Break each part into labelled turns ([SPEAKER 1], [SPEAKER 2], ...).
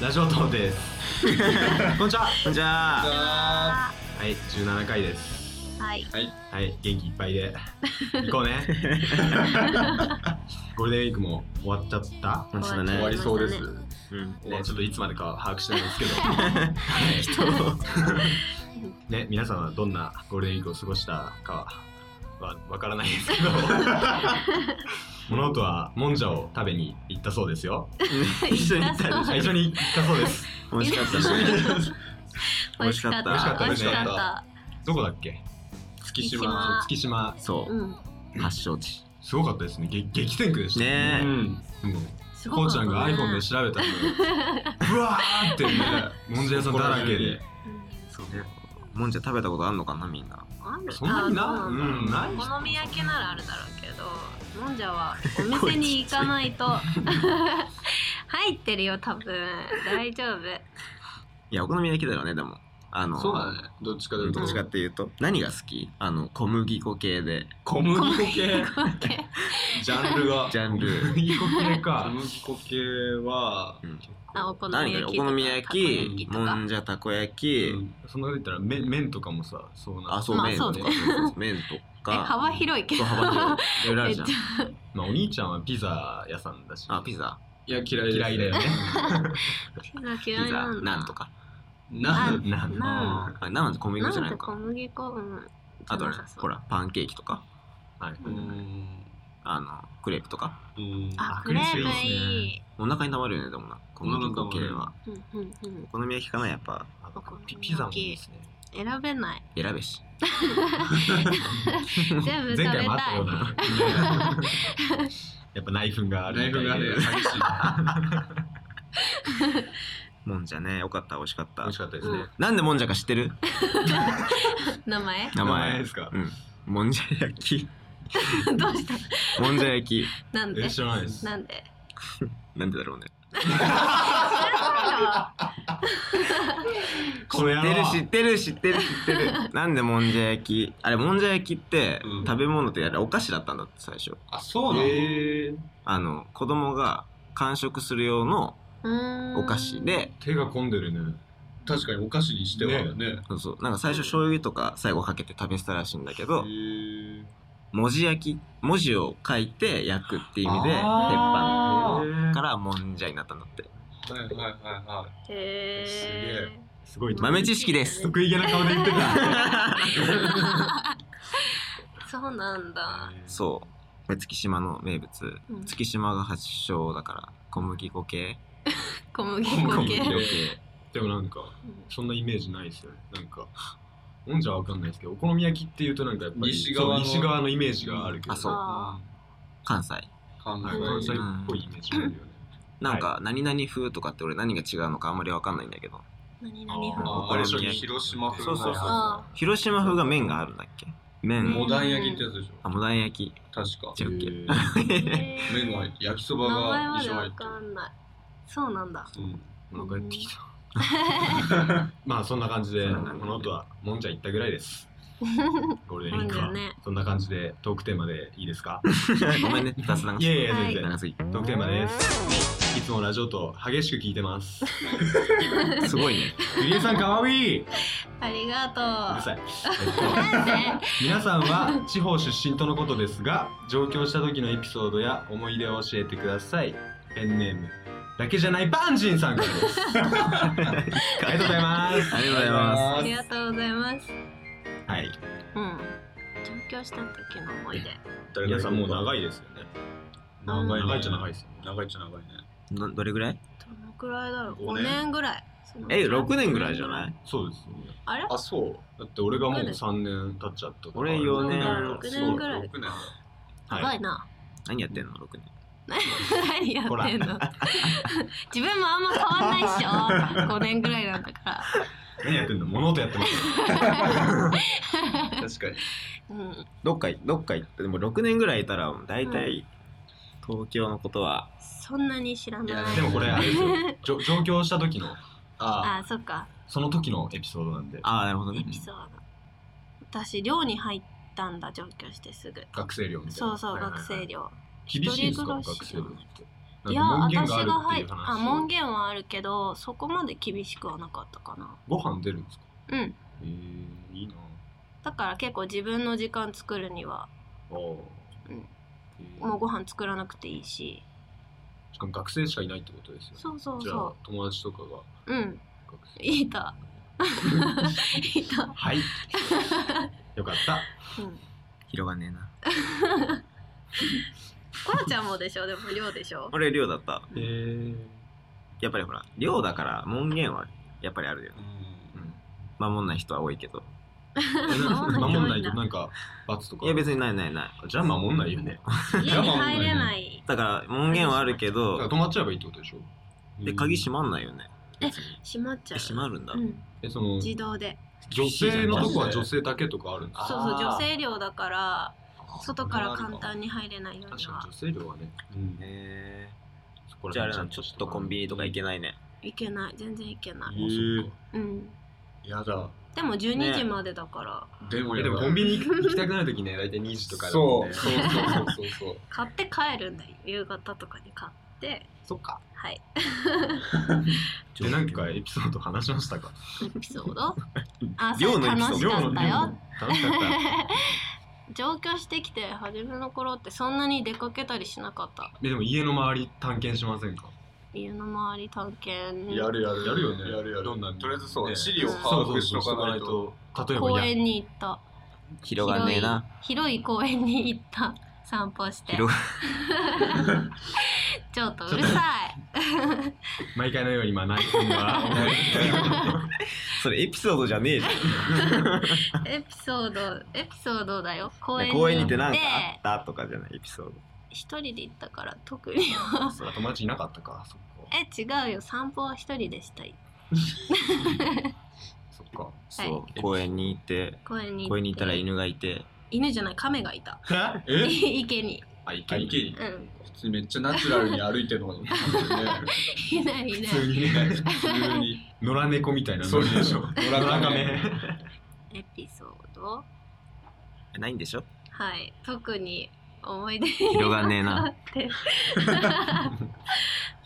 [SPEAKER 1] ラジオトーですこんにちはこんにちは
[SPEAKER 2] は
[SPEAKER 1] はい17回です
[SPEAKER 3] はい。
[SPEAKER 2] い。
[SPEAKER 1] はい元気いっぱいで行こうねゴールデンウィークも終わっちゃった
[SPEAKER 3] んそうだね
[SPEAKER 2] 終わりそうです。
[SPEAKER 1] うん
[SPEAKER 2] 終わ
[SPEAKER 1] ね、
[SPEAKER 2] り
[SPEAKER 1] ちょっといつまでか把握してないんですけどはい ね皆さんはどんなゴールデンウィークを過ごしたかはわからないですけ ど物音はもんじゃを食べに行ったそうですよ
[SPEAKER 3] 一緒に行った
[SPEAKER 1] 最初に行ったそうです
[SPEAKER 3] 美味しかったね。美味しかった。
[SPEAKER 1] 美味しかったですね
[SPEAKER 3] 美味しか
[SPEAKER 1] どこだっけ月島
[SPEAKER 3] 月島
[SPEAKER 1] そう月島
[SPEAKER 3] っ
[SPEAKER 2] そ
[SPEAKER 3] たうん。
[SPEAKER 2] う。発祥地。
[SPEAKER 1] すごかったですね激激戦区でした
[SPEAKER 2] う
[SPEAKER 3] ね
[SPEAKER 2] ん。
[SPEAKER 1] もう
[SPEAKER 3] す
[SPEAKER 1] こ
[SPEAKER 3] ご
[SPEAKER 1] う
[SPEAKER 3] かっ
[SPEAKER 1] ち
[SPEAKER 3] た
[SPEAKER 1] ゃん
[SPEAKER 3] ね
[SPEAKER 1] が iPhone で調べたのようわーってねもんじゃ屋さんだらけで
[SPEAKER 2] そうね。もんじゃ食べたことあんのかなみんな。
[SPEAKER 3] ある
[SPEAKER 1] そんなにな
[SPEAKER 3] あどう
[SPEAKER 1] うんない
[SPEAKER 3] お好み焼きならあるだろうけど、もんじゃはお店に行かない と入ってるよ多分。大丈夫。
[SPEAKER 2] いやお好み焼きだよねでも。あの。
[SPEAKER 4] そうだね。どっちかというと。
[SPEAKER 2] どっちかっていうと何が好き？あの小麦粉系で
[SPEAKER 4] 小麦粉系。
[SPEAKER 1] ジャンルが
[SPEAKER 2] ジャンル。
[SPEAKER 1] いい系
[SPEAKER 4] 小
[SPEAKER 1] か
[SPEAKER 4] 麦粉系は、
[SPEAKER 2] うん
[SPEAKER 3] あお好み
[SPEAKER 2] 何が
[SPEAKER 3] 焼
[SPEAKER 2] お
[SPEAKER 3] きとか。
[SPEAKER 2] 好み焼き、
[SPEAKER 3] たこ
[SPEAKER 2] も
[SPEAKER 3] 焼
[SPEAKER 2] ん
[SPEAKER 3] きとか
[SPEAKER 2] じゃたこ焼き、
[SPEAKER 1] そんなこと言ったら麺麺とかもさそうなん
[SPEAKER 2] あそう
[SPEAKER 3] まあ
[SPEAKER 2] 麺とか、
[SPEAKER 3] そう
[SPEAKER 2] 麺と
[SPEAKER 3] え
[SPEAKER 2] か。
[SPEAKER 3] 幅広いけ
[SPEAKER 2] そ
[SPEAKER 3] ど。
[SPEAKER 2] う幅広い。いろいろあるじゃん
[SPEAKER 3] え。
[SPEAKER 1] まあお兄ちゃんはピザ屋さんだし
[SPEAKER 2] あピザ。
[SPEAKER 4] いや、嫌いです
[SPEAKER 1] 嫌いだよ ね
[SPEAKER 3] ピ
[SPEAKER 2] ピ
[SPEAKER 3] ザ嫌い
[SPEAKER 2] ザ
[SPEAKER 3] なんだ。
[SPEAKER 2] なんとか。
[SPEAKER 4] な
[SPEAKER 3] あ
[SPEAKER 4] ん
[SPEAKER 1] な
[SPEAKER 3] な
[SPEAKER 2] あれなんで小麦
[SPEAKER 3] な
[SPEAKER 2] 粉
[SPEAKER 3] ん
[SPEAKER 2] じゃない
[SPEAKER 3] て
[SPEAKER 2] の
[SPEAKER 3] 小
[SPEAKER 2] か。
[SPEAKER 3] 麦粉うん。
[SPEAKER 2] あとあれほ
[SPEAKER 3] ら。
[SPEAKER 2] らパンケーキとか
[SPEAKER 1] はいう
[SPEAKER 4] ーん。
[SPEAKER 2] あのクレープとか。
[SPEAKER 4] うーん
[SPEAKER 3] あ
[SPEAKER 1] あ、
[SPEAKER 3] クレープ
[SPEAKER 1] クレープ
[SPEAKER 3] い
[SPEAKER 1] い
[SPEAKER 3] い。
[SPEAKER 2] お腹に溜まるよねでもな小麦粉系は。
[SPEAKER 3] うんうんうん。
[SPEAKER 2] お好み焼きかなやっぱ
[SPEAKER 1] あピピザもいいですね
[SPEAKER 3] 選べない。
[SPEAKER 2] 選べし。
[SPEAKER 3] 全部食べ
[SPEAKER 1] 前
[SPEAKER 3] た
[SPEAKER 1] 回
[SPEAKER 3] い
[SPEAKER 1] もあ ったようなやっぱ内紛があ
[SPEAKER 4] ライ
[SPEAKER 1] る
[SPEAKER 4] フ
[SPEAKER 1] み
[SPEAKER 4] が
[SPEAKER 1] たいで
[SPEAKER 4] ね、激しい。
[SPEAKER 2] もんじゃねよかった美味しかっ
[SPEAKER 1] 美
[SPEAKER 2] た
[SPEAKER 1] 味し。かったですね、
[SPEAKER 3] うん
[SPEAKER 2] なんでもんじゃか知ってる？
[SPEAKER 3] 名前
[SPEAKER 2] 名前
[SPEAKER 1] ですか
[SPEAKER 2] うん。もんじゃ焼 き。
[SPEAKER 3] どうした
[SPEAKER 2] もんじゃ焼き。
[SPEAKER 3] なんで
[SPEAKER 1] え知らないです
[SPEAKER 3] なんで
[SPEAKER 2] なんでだろうね。
[SPEAKER 1] これ
[SPEAKER 2] 知
[SPEAKER 1] や
[SPEAKER 2] って
[SPEAKER 1] ろ
[SPEAKER 2] る知ってる知ってる知ってる。なんでもんじゃ焼き。あれもんじゃ焼きって
[SPEAKER 4] うん
[SPEAKER 2] 食べ物ってあれお菓子だったんだって最初。
[SPEAKER 4] あ、そうなの
[SPEAKER 1] えー、
[SPEAKER 2] あの子供が完食する用の
[SPEAKER 3] うーん
[SPEAKER 2] お菓子で。
[SPEAKER 1] 手が込んでるね
[SPEAKER 4] 確かにお菓子にしてはね。
[SPEAKER 2] そうそうなんか最初醤油とか最後かけて食べてたらしいんだけど
[SPEAKER 4] へー
[SPEAKER 2] 文字焼き文字を書いて焼くっていう意味で鉄板
[SPEAKER 4] あー
[SPEAKER 1] ー
[SPEAKER 2] からもんじゃになったんだって
[SPEAKER 4] はいはいはいは
[SPEAKER 3] へ
[SPEAKER 4] す
[SPEAKER 3] え
[SPEAKER 1] すごい
[SPEAKER 2] 豆知識です
[SPEAKER 1] 得意げな顔で言ってた
[SPEAKER 3] そうなんだ
[SPEAKER 2] そうで月島の名物
[SPEAKER 3] うん
[SPEAKER 2] 月島が発祥だから小麦粉系
[SPEAKER 3] 小麦
[SPEAKER 4] 小
[SPEAKER 3] 粉
[SPEAKER 4] 麦
[SPEAKER 3] 系
[SPEAKER 4] 粉
[SPEAKER 1] でもなんか
[SPEAKER 3] うん
[SPEAKER 1] そんなイメージないですよねなんかもんじゃわかんないですけどお好み焼きっていうとなんかやっぱり
[SPEAKER 4] 西側の
[SPEAKER 1] そう西側のイメージがあるけど
[SPEAKER 2] あそう
[SPEAKER 3] あ
[SPEAKER 2] 関西
[SPEAKER 4] 考
[SPEAKER 1] はい
[SPEAKER 4] え
[SPEAKER 1] 関西っぽいイメージあるよね
[SPEAKER 2] なんか何々風とかって俺何が違うのかあんまり分かんないんだけど
[SPEAKER 3] 何何風
[SPEAKER 2] あー
[SPEAKER 4] ああれでしょ、広島風
[SPEAKER 2] そうそうそう
[SPEAKER 3] あ
[SPEAKER 2] 広島風が麺があるんだっけ麺
[SPEAKER 4] モダン焼きってやつでし
[SPEAKER 2] あモダン 焼き
[SPEAKER 4] ょ。確
[SPEAKER 2] じ
[SPEAKER 4] か。
[SPEAKER 2] ゃっけ
[SPEAKER 1] へー
[SPEAKER 3] へー
[SPEAKER 4] 麺は焼きそば
[SPEAKER 3] 名前
[SPEAKER 4] が
[SPEAKER 3] ま
[SPEAKER 4] 一
[SPEAKER 3] で
[SPEAKER 4] 緒入
[SPEAKER 3] わ
[SPEAKER 4] って
[SPEAKER 3] かんないそうなんだ
[SPEAKER 4] る。うん。
[SPEAKER 1] お腹減ってきたまあそんな感じで
[SPEAKER 2] そ
[SPEAKER 1] この
[SPEAKER 2] んな感じで
[SPEAKER 1] 後はもんじゃ行ったぐらいですゴールデンウィーク
[SPEAKER 3] も
[SPEAKER 1] は
[SPEAKER 3] んじゃね
[SPEAKER 1] そんな感じでトークテーマでいいですか
[SPEAKER 2] ごめんね雑談が
[SPEAKER 1] いやいや
[SPEAKER 3] はい
[SPEAKER 1] 全然
[SPEAKER 2] 長すぎ
[SPEAKER 1] トークテーマですいつもラジオと激しく聞いてます
[SPEAKER 2] すごいね
[SPEAKER 1] ゆりえさんかわいいう
[SPEAKER 3] ありがと
[SPEAKER 1] る
[SPEAKER 3] う
[SPEAKER 1] さい、えっと
[SPEAKER 3] なんで
[SPEAKER 1] 皆さんは地方出身とのことですが上京した時のエピソードや思い出を教えてくださいペンネームだけじゃないバンジンさんからですありがとうございます
[SPEAKER 2] ありがとうございま
[SPEAKER 3] ありがとうございます
[SPEAKER 1] はい
[SPEAKER 3] うん上京した時の思い出
[SPEAKER 1] 皆さんもう長いですよね
[SPEAKER 4] 長いね
[SPEAKER 1] 長いっちゃ長いですよね
[SPEAKER 4] 長いっちゃ長いね。
[SPEAKER 2] すどどれぐらい
[SPEAKER 3] どのくらいだろう
[SPEAKER 4] 五
[SPEAKER 3] 5
[SPEAKER 4] 年
[SPEAKER 3] 年ぐらいその
[SPEAKER 2] え6年ぐらいじゃない
[SPEAKER 1] そうですよね
[SPEAKER 3] あれ
[SPEAKER 4] あ、そう。
[SPEAKER 1] だって俺がもう3年経っちゃったから
[SPEAKER 2] 俺四年
[SPEAKER 1] そう
[SPEAKER 3] 六年ぐらい
[SPEAKER 4] 6年。
[SPEAKER 3] や
[SPEAKER 1] は
[SPEAKER 3] ば
[SPEAKER 1] い
[SPEAKER 3] いな
[SPEAKER 2] 何やってんの6年
[SPEAKER 3] 何やってんの 自分もあんま変わんないっしょ5 年ぐらいなんだから
[SPEAKER 1] 何やってんの物音やってます
[SPEAKER 4] 確かに。
[SPEAKER 3] うん
[SPEAKER 2] どっかどっか行ってでも6年ぐらいいたら大体東京のことは
[SPEAKER 3] そんなに知らない
[SPEAKER 4] いや
[SPEAKER 1] でもこれあれですよじょ上京した時の
[SPEAKER 4] あ
[SPEAKER 3] あそっか
[SPEAKER 1] その時のエピソードなんで
[SPEAKER 2] ああなるほどね
[SPEAKER 3] エピソード私寮に入ったんだ上京してすぐ
[SPEAKER 1] 学生寮みたいな
[SPEAKER 3] そうそう
[SPEAKER 1] はいはいは
[SPEAKER 3] 学
[SPEAKER 1] い
[SPEAKER 3] 生寮
[SPEAKER 1] 厳しいんですか
[SPEAKER 3] 一人暮らし
[SPEAKER 1] 学生寮ってないん
[SPEAKER 3] や
[SPEAKER 1] か門限
[SPEAKER 3] 私
[SPEAKER 1] があるって
[SPEAKER 3] が入
[SPEAKER 1] いう
[SPEAKER 3] っ
[SPEAKER 1] 話
[SPEAKER 3] あ門限はあるけどそこまで厳しくはなかったかな
[SPEAKER 1] ご飯出るんですか
[SPEAKER 3] うん
[SPEAKER 1] えー、いいな
[SPEAKER 3] だから結構自分の時間作るには
[SPEAKER 1] ああ、
[SPEAKER 3] うん
[SPEAKER 1] えー
[SPEAKER 3] もうご飯作らなくていいし
[SPEAKER 1] しかも学生しかいないってことですよね
[SPEAKER 3] そうそう
[SPEAKER 1] じゃあ
[SPEAKER 3] そ
[SPEAKER 1] 友達とかが
[SPEAKER 3] ううん
[SPEAKER 1] 学生
[SPEAKER 3] いたいた、
[SPEAKER 1] はい よかった
[SPEAKER 3] うん、
[SPEAKER 2] 広がねえな
[SPEAKER 3] ころちゃんもでしょでも量でしょ
[SPEAKER 2] 俺寮だった
[SPEAKER 1] えー、
[SPEAKER 2] やっぱりほら寮だから門限はやっぱりあるよね
[SPEAKER 4] うん
[SPEAKER 2] 守んない人は多いけど
[SPEAKER 3] 守んない
[SPEAKER 1] 守んない
[SPEAKER 3] 人多いんだ
[SPEAKER 1] となんか罰とか
[SPEAKER 2] いや別
[SPEAKER 1] に
[SPEAKER 2] にないないない
[SPEAKER 1] じゃあ守んないよね
[SPEAKER 3] 家に入れない
[SPEAKER 2] だから門限はあるけ
[SPEAKER 1] だから
[SPEAKER 2] ど
[SPEAKER 1] 止まっちゃえばいいってことでしょ
[SPEAKER 2] で鍵閉まんないよね
[SPEAKER 3] え閉まっちゃう
[SPEAKER 2] 閉まるんだ、
[SPEAKER 3] うん、
[SPEAKER 1] えその
[SPEAKER 3] 自動で
[SPEAKER 1] 女性のとこは女性だけとかあるんです
[SPEAKER 3] そう
[SPEAKER 1] か
[SPEAKER 3] そう女性寮だから外から簡単
[SPEAKER 1] に
[SPEAKER 3] に入れないように
[SPEAKER 1] 確か
[SPEAKER 3] は
[SPEAKER 1] に女性量はね、うん、
[SPEAKER 2] へ
[SPEAKER 1] そこ
[SPEAKER 2] ー
[SPEAKER 1] ら
[SPEAKER 2] じゃああれ
[SPEAKER 1] 辺
[SPEAKER 2] なのちょっとコンビニとか行けないね
[SPEAKER 3] いけない全然いけない、
[SPEAKER 1] あそっか
[SPEAKER 3] うん、
[SPEAKER 4] やだ
[SPEAKER 3] でも
[SPEAKER 2] ね
[SPEAKER 3] 12時までだから、
[SPEAKER 4] でも
[SPEAKER 1] え
[SPEAKER 4] や
[SPEAKER 1] でもコ
[SPEAKER 4] だ
[SPEAKER 1] ンビニ行きたくなるときね大体2時とかだも
[SPEAKER 4] そ
[SPEAKER 1] ん
[SPEAKER 4] う
[SPEAKER 1] ね
[SPEAKER 4] そうそうそうそう
[SPEAKER 3] 買って帰るんだよ夕方とかに買って
[SPEAKER 1] そっか
[SPEAKER 3] はい
[SPEAKER 1] でなんかエピソード話しましたか
[SPEAKER 3] エピソードあそ
[SPEAKER 2] 寮
[SPEAKER 3] う
[SPEAKER 2] のエピソ
[SPEAKER 3] 楽
[SPEAKER 2] ー
[SPEAKER 3] し
[SPEAKER 2] ド
[SPEAKER 3] かったよ
[SPEAKER 1] 楽しかった
[SPEAKER 3] 上京してきて初めの頃ってそんなに出かけたりしなかった
[SPEAKER 1] えでも家の周り探検しませんか
[SPEAKER 3] 家の周り探検
[SPEAKER 4] やるやる
[SPEAKER 1] やるよね
[SPEAKER 4] やるやる
[SPEAKER 1] どんな
[SPEAKER 4] とりあえずそう
[SPEAKER 1] ね
[SPEAKER 4] 地理を
[SPEAKER 1] そ
[SPEAKER 4] 把
[SPEAKER 1] うそ
[SPEAKER 4] 握
[SPEAKER 1] う
[SPEAKER 4] し
[SPEAKER 1] そう
[SPEAKER 4] と
[SPEAKER 1] しと
[SPEAKER 4] か
[SPEAKER 1] か
[SPEAKER 4] な
[SPEAKER 1] ないい
[SPEAKER 4] と
[SPEAKER 1] と例えば
[SPEAKER 3] 公
[SPEAKER 1] いや
[SPEAKER 3] 園に行った
[SPEAKER 2] 広がんねえな
[SPEAKER 3] 広い広い公園に行った散歩して
[SPEAKER 2] 広
[SPEAKER 3] ちょっとうるさ
[SPEAKER 1] 毎回のように今内心は
[SPEAKER 2] それエピソードじゃねえじ
[SPEAKER 3] いエピソードエピソードだよ公
[SPEAKER 2] ゃん
[SPEAKER 3] 園に
[SPEAKER 2] 公園に
[SPEAKER 3] 行
[SPEAKER 2] 行っ
[SPEAKER 3] っ
[SPEAKER 2] ててなんかあったとかじゃないエピソー
[SPEAKER 3] 一人で行ったから特に
[SPEAKER 1] あそう友達いなかったかそっか
[SPEAKER 3] え違うよ散歩は一人でしたい
[SPEAKER 1] そっか
[SPEAKER 2] ドそう公園に行って
[SPEAKER 3] 公園に
[SPEAKER 2] 公園に行ったら犬がいて
[SPEAKER 3] 犬じゃない亀がいた
[SPEAKER 4] え
[SPEAKER 3] 池に
[SPEAKER 1] あい
[SPEAKER 4] あ
[SPEAKER 1] け
[SPEAKER 4] い
[SPEAKER 1] に
[SPEAKER 4] けに
[SPEAKER 3] うん
[SPEAKER 4] 普通にめっちゃナチュラルに歩いてる のがいいね
[SPEAKER 3] いない
[SPEAKER 1] 普
[SPEAKER 3] いない
[SPEAKER 1] 通にね
[SPEAKER 4] 普通に
[SPEAKER 1] 野良猫みたいな
[SPEAKER 4] そうでしょ
[SPEAKER 1] 野良
[SPEAKER 4] 野良
[SPEAKER 1] 亀
[SPEAKER 4] 亀
[SPEAKER 3] エピソード
[SPEAKER 2] ないんでしょ
[SPEAKER 3] はい特に思い出に
[SPEAKER 2] 広がんねえ
[SPEAKER 3] な
[SPEAKER 2] な
[SPEAKER 3] って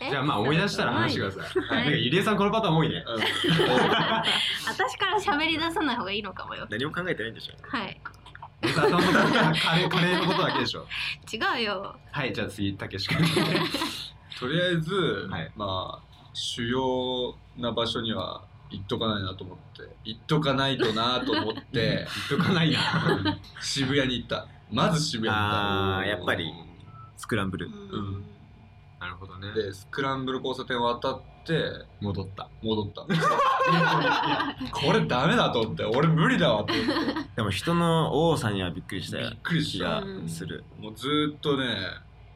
[SPEAKER 1] じゃあまあ思い出したら話してください。
[SPEAKER 3] はい
[SPEAKER 1] なんかゆりえさんこのパターン多いね。
[SPEAKER 3] 私から喋り出さない方がいいのかもよ
[SPEAKER 2] 何も考えてないんでしょ
[SPEAKER 3] はい
[SPEAKER 1] ゆりえさん頭の中カレーカレーのことだけでしょ。
[SPEAKER 3] 違うよ
[SPEAKER 1] はいじゃあ次たけし君。
[SPEAKER 4] とりあえず、
[SPEAKER 1] はい
[SPEAKER 4] まあ主要な場所には行っとかないなと思って行っとかないとなと思って
[SPEAKER 1] 言っとかない な。
[SPEAKER 4] 渋谷に行ったまず渋谷に行った
[SPEAKER 2] あーやっぱりスクランブル
[SPEAKER 4] ん
[SPEAKER 1] なるほどね。
[SPEAKER 4] でスクランブル交差点を渡って
[SPEAKER 1] 戻った。
[SPEAKER 4] 戻ったこれダメだと思って俺無理だわと思って
[SPEAKER 2] でも人の多さにはびっくりした
[SPEAKER 4] び
[SPEAKER 2] よ
[SPEAKER 4] っくりし
[SPEAKER 2] 気
[SPEAKER 4] た
[SPEAKER 2] が
[SPEAKER 3] うん
[SPEAKER 2] する
[SPEAKER 4] もうずーっとね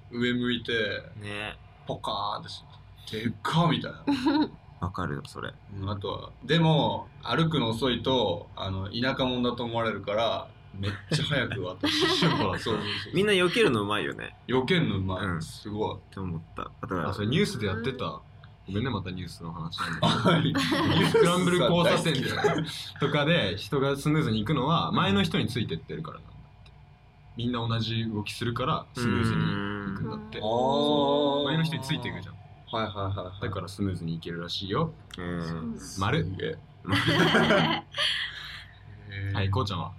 [SPEAKER 4] 上向いて
[SPEAKER 2] ね
[SPEAKER 4] ポカーンってしてでっかみたいな
[SPEAKER 2] わかるよそれ
[SPEAKER 4] うんあとはでも歩くの遅いとあの田舎者だと思われるからめっちゃ早く渡してしま うそうそうそう
[SPEAKER 2] みんな避けるのうまいよね
[SPEAKER 4] 避けんのうまい、
[SPEAKER 2] うん
[SPEAKER 4] すごい
[SPEAKER 2] って思っただから
[SPEAKER 1] あそれニュースでやってた。ごめんねまたニュースの話なんだけど。ス
[SPEAKER 4] ス
[SPEAKER 1] クランブル交差点で とかで人がスムーズに行くのは前の人についてってるからなんだって。みんな同じ動きするからスムーズに行くんだって。
[SPEAKER 3] うん
[SPEAKER 4] あ
[SPEAKER 1] 前の人についていくじゃ
[SPEAKER 4] ん
[SPEAKER 1] ん。
[SPEAKER 4] はいはいはい、はい、
[SPEAKER 1] だからスムーズに行けるらしいよ。
[SPEAKER 2] うん
[SPEAKER 1] 丸。
[SPEAKER 4] え
[SPEAKER 1] はい、こうちゃんは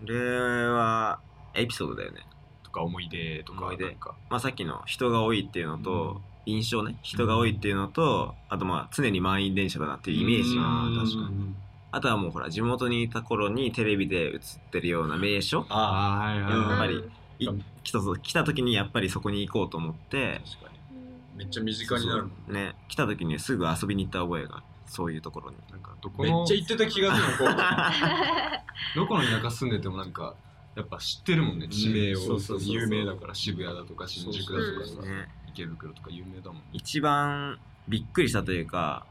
[SPEAKER 2] これはエピソードだよね
[SPEAKER 1] とか思い出とか
[SPEAKER 2] 思い出
[SPEAKER 1] なんか。
[SPEAKER 2] まあ、さっきの人が多いっていうのと、印象ね人が多いっていうのと、あとまあ常に満員電車だなっていうイメージ
[SPEAKER 1] うん
[SPEAKER 2] あ
[SPEAKER 1] 確か
[SPEAKER 4] に
[SPEAKER 2] とはもうほら地元にいた頃にテレビで映ってるような名所
[SPEAKER 4] あ
[SPEAKER 1] あーはいはい
[SPEAKER 2] やっ
[SPEAKER 1] は
[SPEAKER 2] ぱ
[SPEAKER 1] い。
[SPEAKER 2] りい来たぞ来た時にやっぱりそこに行こうと思って
[SPEAKER 4] あ確かにめっちゃ身近になるもん
[SPEAKER 2] ね来た時にすぐ遊びに行った覚えがあるそういうところに
[SPEAKER 1] なんかどこ
[SPEAKER 4] めっ
[SPEAKER 1] の
[SPEAKER 4] ちゃ行ってた気がする こう
[SPEAKER 1] どこの田舎住んでてもなんかやっぱ知ってるもんね地名を、
[SPEAKER 4] そうそうそうそう
[SPEAKER 1] 有名だから渋谷だとか新宿だとかさ
[SPEAKER 4] そうそうそう
[SPEAKER 2] ね
[SPEAKER 1] 池袋とか有名だもんね
[SPEAKER 2] 一番びっくりしたというか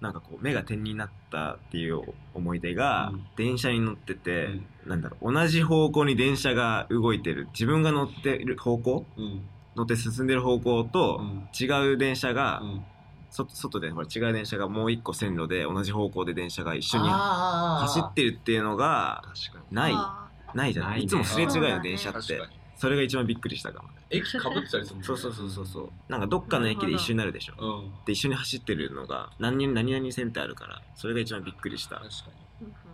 [SPEAKER 2] なんかこう目が点になったっていう思い出が、
[SPEAKER 4] うん
[SPEAKER 2] 電車に乗ってて、
[SPEAKER 4] うん
[SPEAKER 2] なんだろう同じ方向に電車が動いてる自分が乗ってる方向
[SPEAKER 4] うん
[SPEAKER 2] 乗って進んでる方向と、
[SPEAKER 4] うん
[SPEAKER 2] 違う電車が、
[SPEAKER 4] うん
[SPEAKER 2] そ外でほら違う電車がもう一個線路で同じ方向で電車が一緒に
[SPEAKER 4] あ
[SPEAKER 2] 走
[SPEAKER 4] ー
[SPEAKER 2] ってるっていうのが
[SPEAKER 1] 確かに
[SPEAKER 2] ない
[SPEAKER 3] あ
[SPEAKER 2] ないじゃない
[SPEAKER 1] ないね
[SPEAKER 2] いつもすれ違う
[SPEAKER 3] そうだ
[SPEAKER 2] よ
[SPEAKER 3] ね
[SPEAKER 2] 電車っ
[SPEAKER 4] 確
[SPEAKER 2] て
[SPEAKER 4] かに
[SPEAKER 2] それが一番びっくりしたかも
[SPEAKER 4] 駅かぶってたりするもん、ね、
[SPEAKER 2] そうそうそうそうそうなんかどっかの駅で一緒になるでしょ
[SPEAKER 4] ううん
[SPEAKER 2] で一緒に走ってるのが何々何々線ってあるからそれが一番びっくりした
[SPEAKER 4] 確か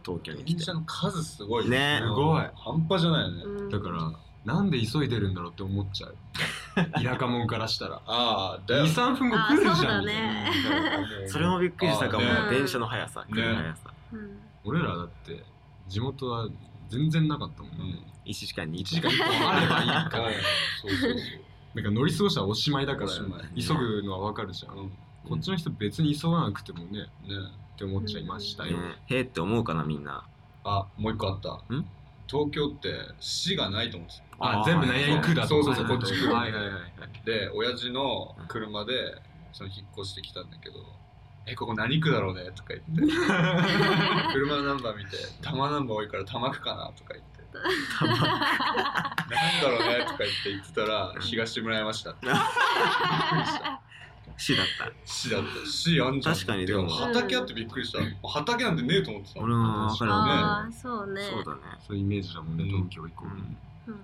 [SPEAKER 2] 東京に
[SPEAKER 4] に
[SPEAKER 2] 来
[SPEAKER 4] 電
[SPEAKER 2] て
[SPEAKER 4] 車の数すごい
[SPEAKER 2] ね
[SPEAKER 1] すごい
[SPEAKER 4] 半端じゃないよね、
[SPEAKER 3] うん
[SPEAKER 1] だからなんで急いでるんだろうって思っちゃう田舎者からしたら
[SPEAKER 4] ああだよね
[SPEAKER 1] 23分後来るじゃん
[SPEAKER 3] あそうだね
[SPEAKER 1] みたいな
[SPEAKER 2] それもびっくりしたかも、
[SPEAKER 4] あ
[SPEAKER 3] ね
[SPEAKER 2] 電車の速さ
[SPEAKER 4] ね
[SPEAKER 2] 車の速さ、
[SPEAKER 3] うん
[SPEAKER 1] 俺らだって地元は全然なかったもん
[SPEAKER 4] う
[SPEAKER 1] ね、
[SPEAKER 4] ん
[SPEAKER 2] 1時間に1
[SPEAKER 1] 1時間1本あれ ばいいか
[SPEAKER 4] あ
[SPEAKER 1] ら
[SPEAKER 4] あそうそう
[SPEAKER 1] なんか乗り過ごしたらおしまいだから
[SPEAKER 4] おしまい
[SPEAKER 1] 急ぐのはわかるじゃん、
[SPEAKER 4] そう、うん、ね
[SPEAKER 1] こっちの人別に急がなくてもねって思っちゃいましたよ、
[SPEAKER 2] ねへえって思うかなみんな
[SPEAKER 4] あもう一個あった
[SPEAKER 2] ん
[SPEAKER 4] 東京って市がないと思ってた
[SPEAKER 1] あ
[SPEAKER 2] あー
[SPEAKER 1] 全部何々区だと
[SPEAKER 4] そうそうそうこっち区
[SPEAKER 1] はいはいはい
[SPEAKER 4] で親父の車でその引っ越してきたんだけど「えここ何区だろうね」とか言 って車のナンバー見て「多摩ナンバー多いから多摩区かな」とか 言って
[SPEAKER 2] 多摩
[SPEAKER 4] 「何だろうね」とか言って言ってたら「東村山市だった」
[SPEAKER 2] 市だった
[SPEAKER 4] 市だった市あんじゃん
[SPEAKER 2] 確かにでも
[SPEAKER 4] 畑あってびっくりした畑なんてねえと思ってた
[SPEAKER 2] 俺も分かる分
[SPEAKER 3] あ
[SPEAKER 2] か
[SPEAKER 3] あそう
[SPEAKER 2] る、
[SPEAKER 3] ね
[SPEAKER 2] そうだね
[SPEAKER 1] そういうイメージだもんね
[SPEAKER 4] うん
[SPEAKER 1] 東京行こう、
[SPEAKER 2] うん
[SPEAKER 3] うん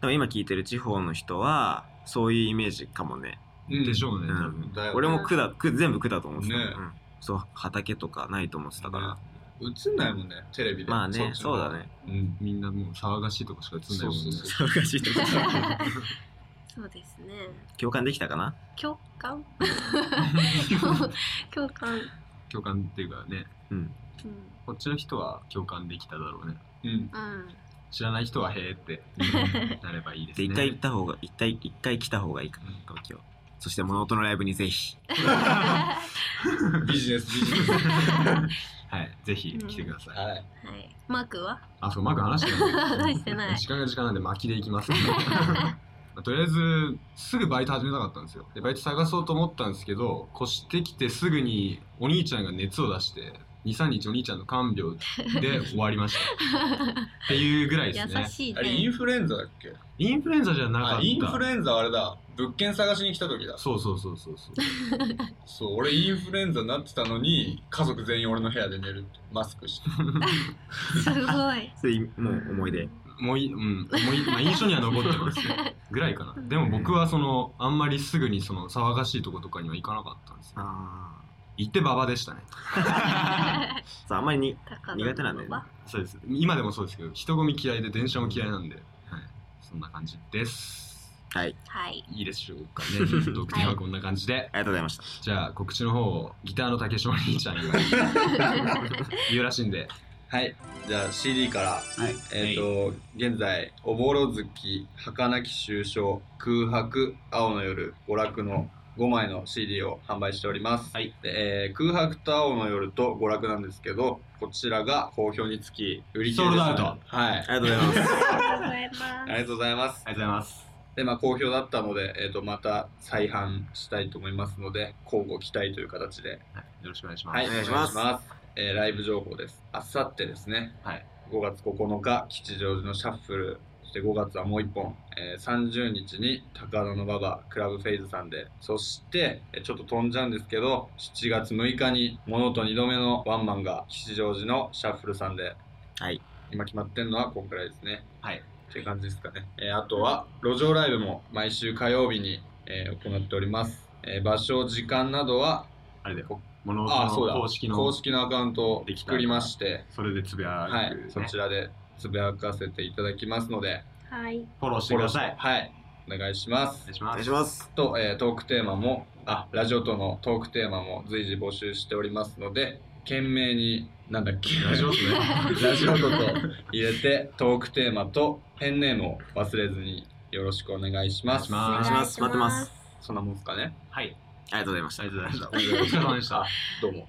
[SPEAKER 2] でも今聞いてる地方の人はそういうイメージかもね、
[SPEAKER 4] うん
[SPEAKER 1] でしょうね、
[SPEAKER 2] うん
[SPEAKER 1] 多分
[SPEAKER 4] だよ
[SPEAKER 2] 俺も区だ区全部区だと思ってた、
[SPEAKER 4] ね
[SPEAKER 2] うんそう畑とかないと思ってたから、
[SPEAKER 4] 映んないもんねテレビで
[SPEAKER 2] まあね
[SPEAKER 4] っちの
[SPEAKER 2] そうだね
[SPEAKER 4] うん
[SPEAKER 1] みんなもう騒がしいとこしか映んないもんね
[SPEAKER 4] そうそうそ
[SPEAKER 2] 騒がしいとこ
[SPEAKER 3] そうですね
[SPEAKER 2] 共感できたかな
[SPEAKER 3] 共 感共感、
[SPEAKER 1] 共感っていうかね
[SPEAKER 2] うん
[SPEAKER 3] うん
[SPEAKER 1] こっちの人は共感できただろうね
[SPEAKER 4] うん
[SPEAKER 3] うん、
[SPEAKER 1] 知らない人はへーってなればいいです
[SPEAKER 2] で
[SPEAKER 1] ね
[SPEAKER 2] 一回行った方が一回一回来た方がいいかな東京そして物音のライブにぜひ
[SPEAKER 4] ビジネスビジ ネス
[SPEAKER 1] はいぜひ来てください、
[SPEAKER 4] はい
[SPEAKER 3] はい、マークは
[SPEAKER 1] あそううまく話してない
[SPEAKER 3] 話してない。
[SPEAKER 1] 時間が時間なんで巻きでいき ます、ね、まあとりあえずすぐバイト始めたかったんですよでバイト探そうと思ったんですけど越してきてすぐにお兄ちゃんが熱を出して23日お兄ちゃんの看病で終わりましたっていうぐらいですね
[SPEAKER 3] 優しい
[SPEAKER 4] あれイン
[SPEAKER 3] ね。
[SPEAKER 4] フルエンザだっけ
[SPEAKER 1] インフルエンザじゃなかった
[SPEAKER 4] あインフルエンザあれだ物件探しに来た時だ
[SPEAKER 1] そうそうそうそうそう
[SPEAKER 4] そう俺インフルエンザになってたのに家族全員俺の部屋で寝るってマスクして
[SPEAKER 3] すごい。
[SPEAKER 2] それもう思い出
[SPEAKER 1] もうい、うん、もうい、まあ、印象には残ってます ねぐらいかなでも僕はそのあんまりすぐにその騒がしいとことかには行かなかったんですよ
[SPEAKER 2] あ
[SPEAKER 1] 行ってババでしたね
[SPEAKER 2] あそうあんまりに苦手なんだよね
[SPEAKER 1] そうです今でもそうですけど人混み嫌いで電車も嫌いなんで、はい、そんな感じです
[SPEAKER 2] はい
[SPEAKER 3] はい。
[SPEAKER 1] いいでしょうか ね特典はこんな感じで、
[SPEAKER 2] ありがとうございました
[SPEAKER 1] じゃあ告知の方をギターの竹島兄ちゃんが言うらしいんで
[SPEAKER 4] はいじゃあ CD から、えっ、と現在「おぼろ月儚き終章空白青の夜娯楽」の5枚の CD を販売しております、
[SPEAKER 1] はい
[SPEAKER 4] でえー空白と青の夜と娯楽なんですけどこちらが好評につき売り切れです
[SPEAKER 1] ソールドアウ
[SPEAKER 4] はい
[SPEAKER 2] ありがとうございます
[SPEAKER 3] ありがとうござい
[SPEAKER 4] あ
[SPEAKER 3] ます。
[SPEAKER 4] りがとうございます
[SPEAKER 1] ありがとうございます
[SPEAKER 4] でまあ好評だったので、えー、とまた再販したいと思いますので交互期待という形で
[SPEAKER 1] よろしくお願いします、
[SPEAKER 4] はい
[SPEAKER 2] お願いします
[SPEAKER 4] お願いしえーライブ情報ですあさってですね、
[SPEAKER 1] はい、
[SPEAKER 4] 5月9日吉祥寺のシャッフルそして5月はもう1本、えー30日に高田の馬場クラブフェイズさんでそしてえーちょっと飛んじゃうんですけど7月6日に「物と2度目のワンマン」が吉祥寺のシャッフルさんで
[SPEAKER 2] はい
[SPEAKER 4] 今決まってるのはこんくらいですね
[SPEAKER 1] はい
[SPEAKER 4] っていう感じですかね、えーあとは路上ライブも毎週火曜日に、えー行っております、えー場所時間などは
[SPEAKER 1] あれだよ
[SPEAKER 4] こ
[SPEAKER 1] 物
[SPEAKER 4] あそう
[SPEAKER 1] の
[SPEAKER 4] だ
[SPEAKER 1] 公式の
[SPEAKER 4] 公式のアカウントを
[SPEAKER 1] できた
[SPEAKER 4] 作りまして
[SPEAKER 1] それでつぶやく、
[SPEAKER 4] はい
[SPEAKER 1] ね、
[SPEAKER 4] そちらでつぶやかせていただきますので
[SPEAKER 3] はい。
[SPEAKER 1] フォローしてください
[SPEAKER 4] はいお願いしま
[SPEAKER 1] お
[SPEAKER 4] す
[SPEAKER 1] 願いし
[SPEAKER 2] お
[SPEAKER 1] ま
[SPEAKER 2] 願
[SPEAKER 1] す
[SPEAKER 2] いします
[SPEAKER 4] と、えートークテーマもあラジオとのトークテーマも随時募集しておりますので懸命になんだっけ
[SPEAKER 1] ラジオっすね
[SPEAKER 4] ラジオと入れてトークテーマとペンネームを忘れずによろしくお願いします
[SPEAKER 1] お願いします
[SPEAKER 2] 願いします待ってます。
[SPEAKER 4] そんなもんすかね
[SPEAKER 1] はい
[SPEAKER 2] ありがとうございまし
[SPEAKER 1] あ
[SPEAKER 2] た
[SPEAKER 1] りがとうございましたお疲れ様でした
[SPEAKER 4] どうも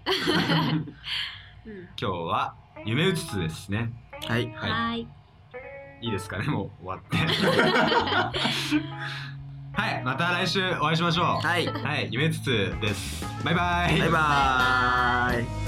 [SPEAKER 3] うん
[SPEAKER 1] 今日は夢うつつですね
[SPEAKER 2] はい
[SPEAKER 4] はい
[SPEAKER 3] はい。
[SPEAKER 1] いいですかねもう終わってはいまた来週お会いしましょう
[SPEAKER 2] はい
[SPEAKER 1] はい、夢つつです。バイバイ。
[SPEAKER 2] バイバーイ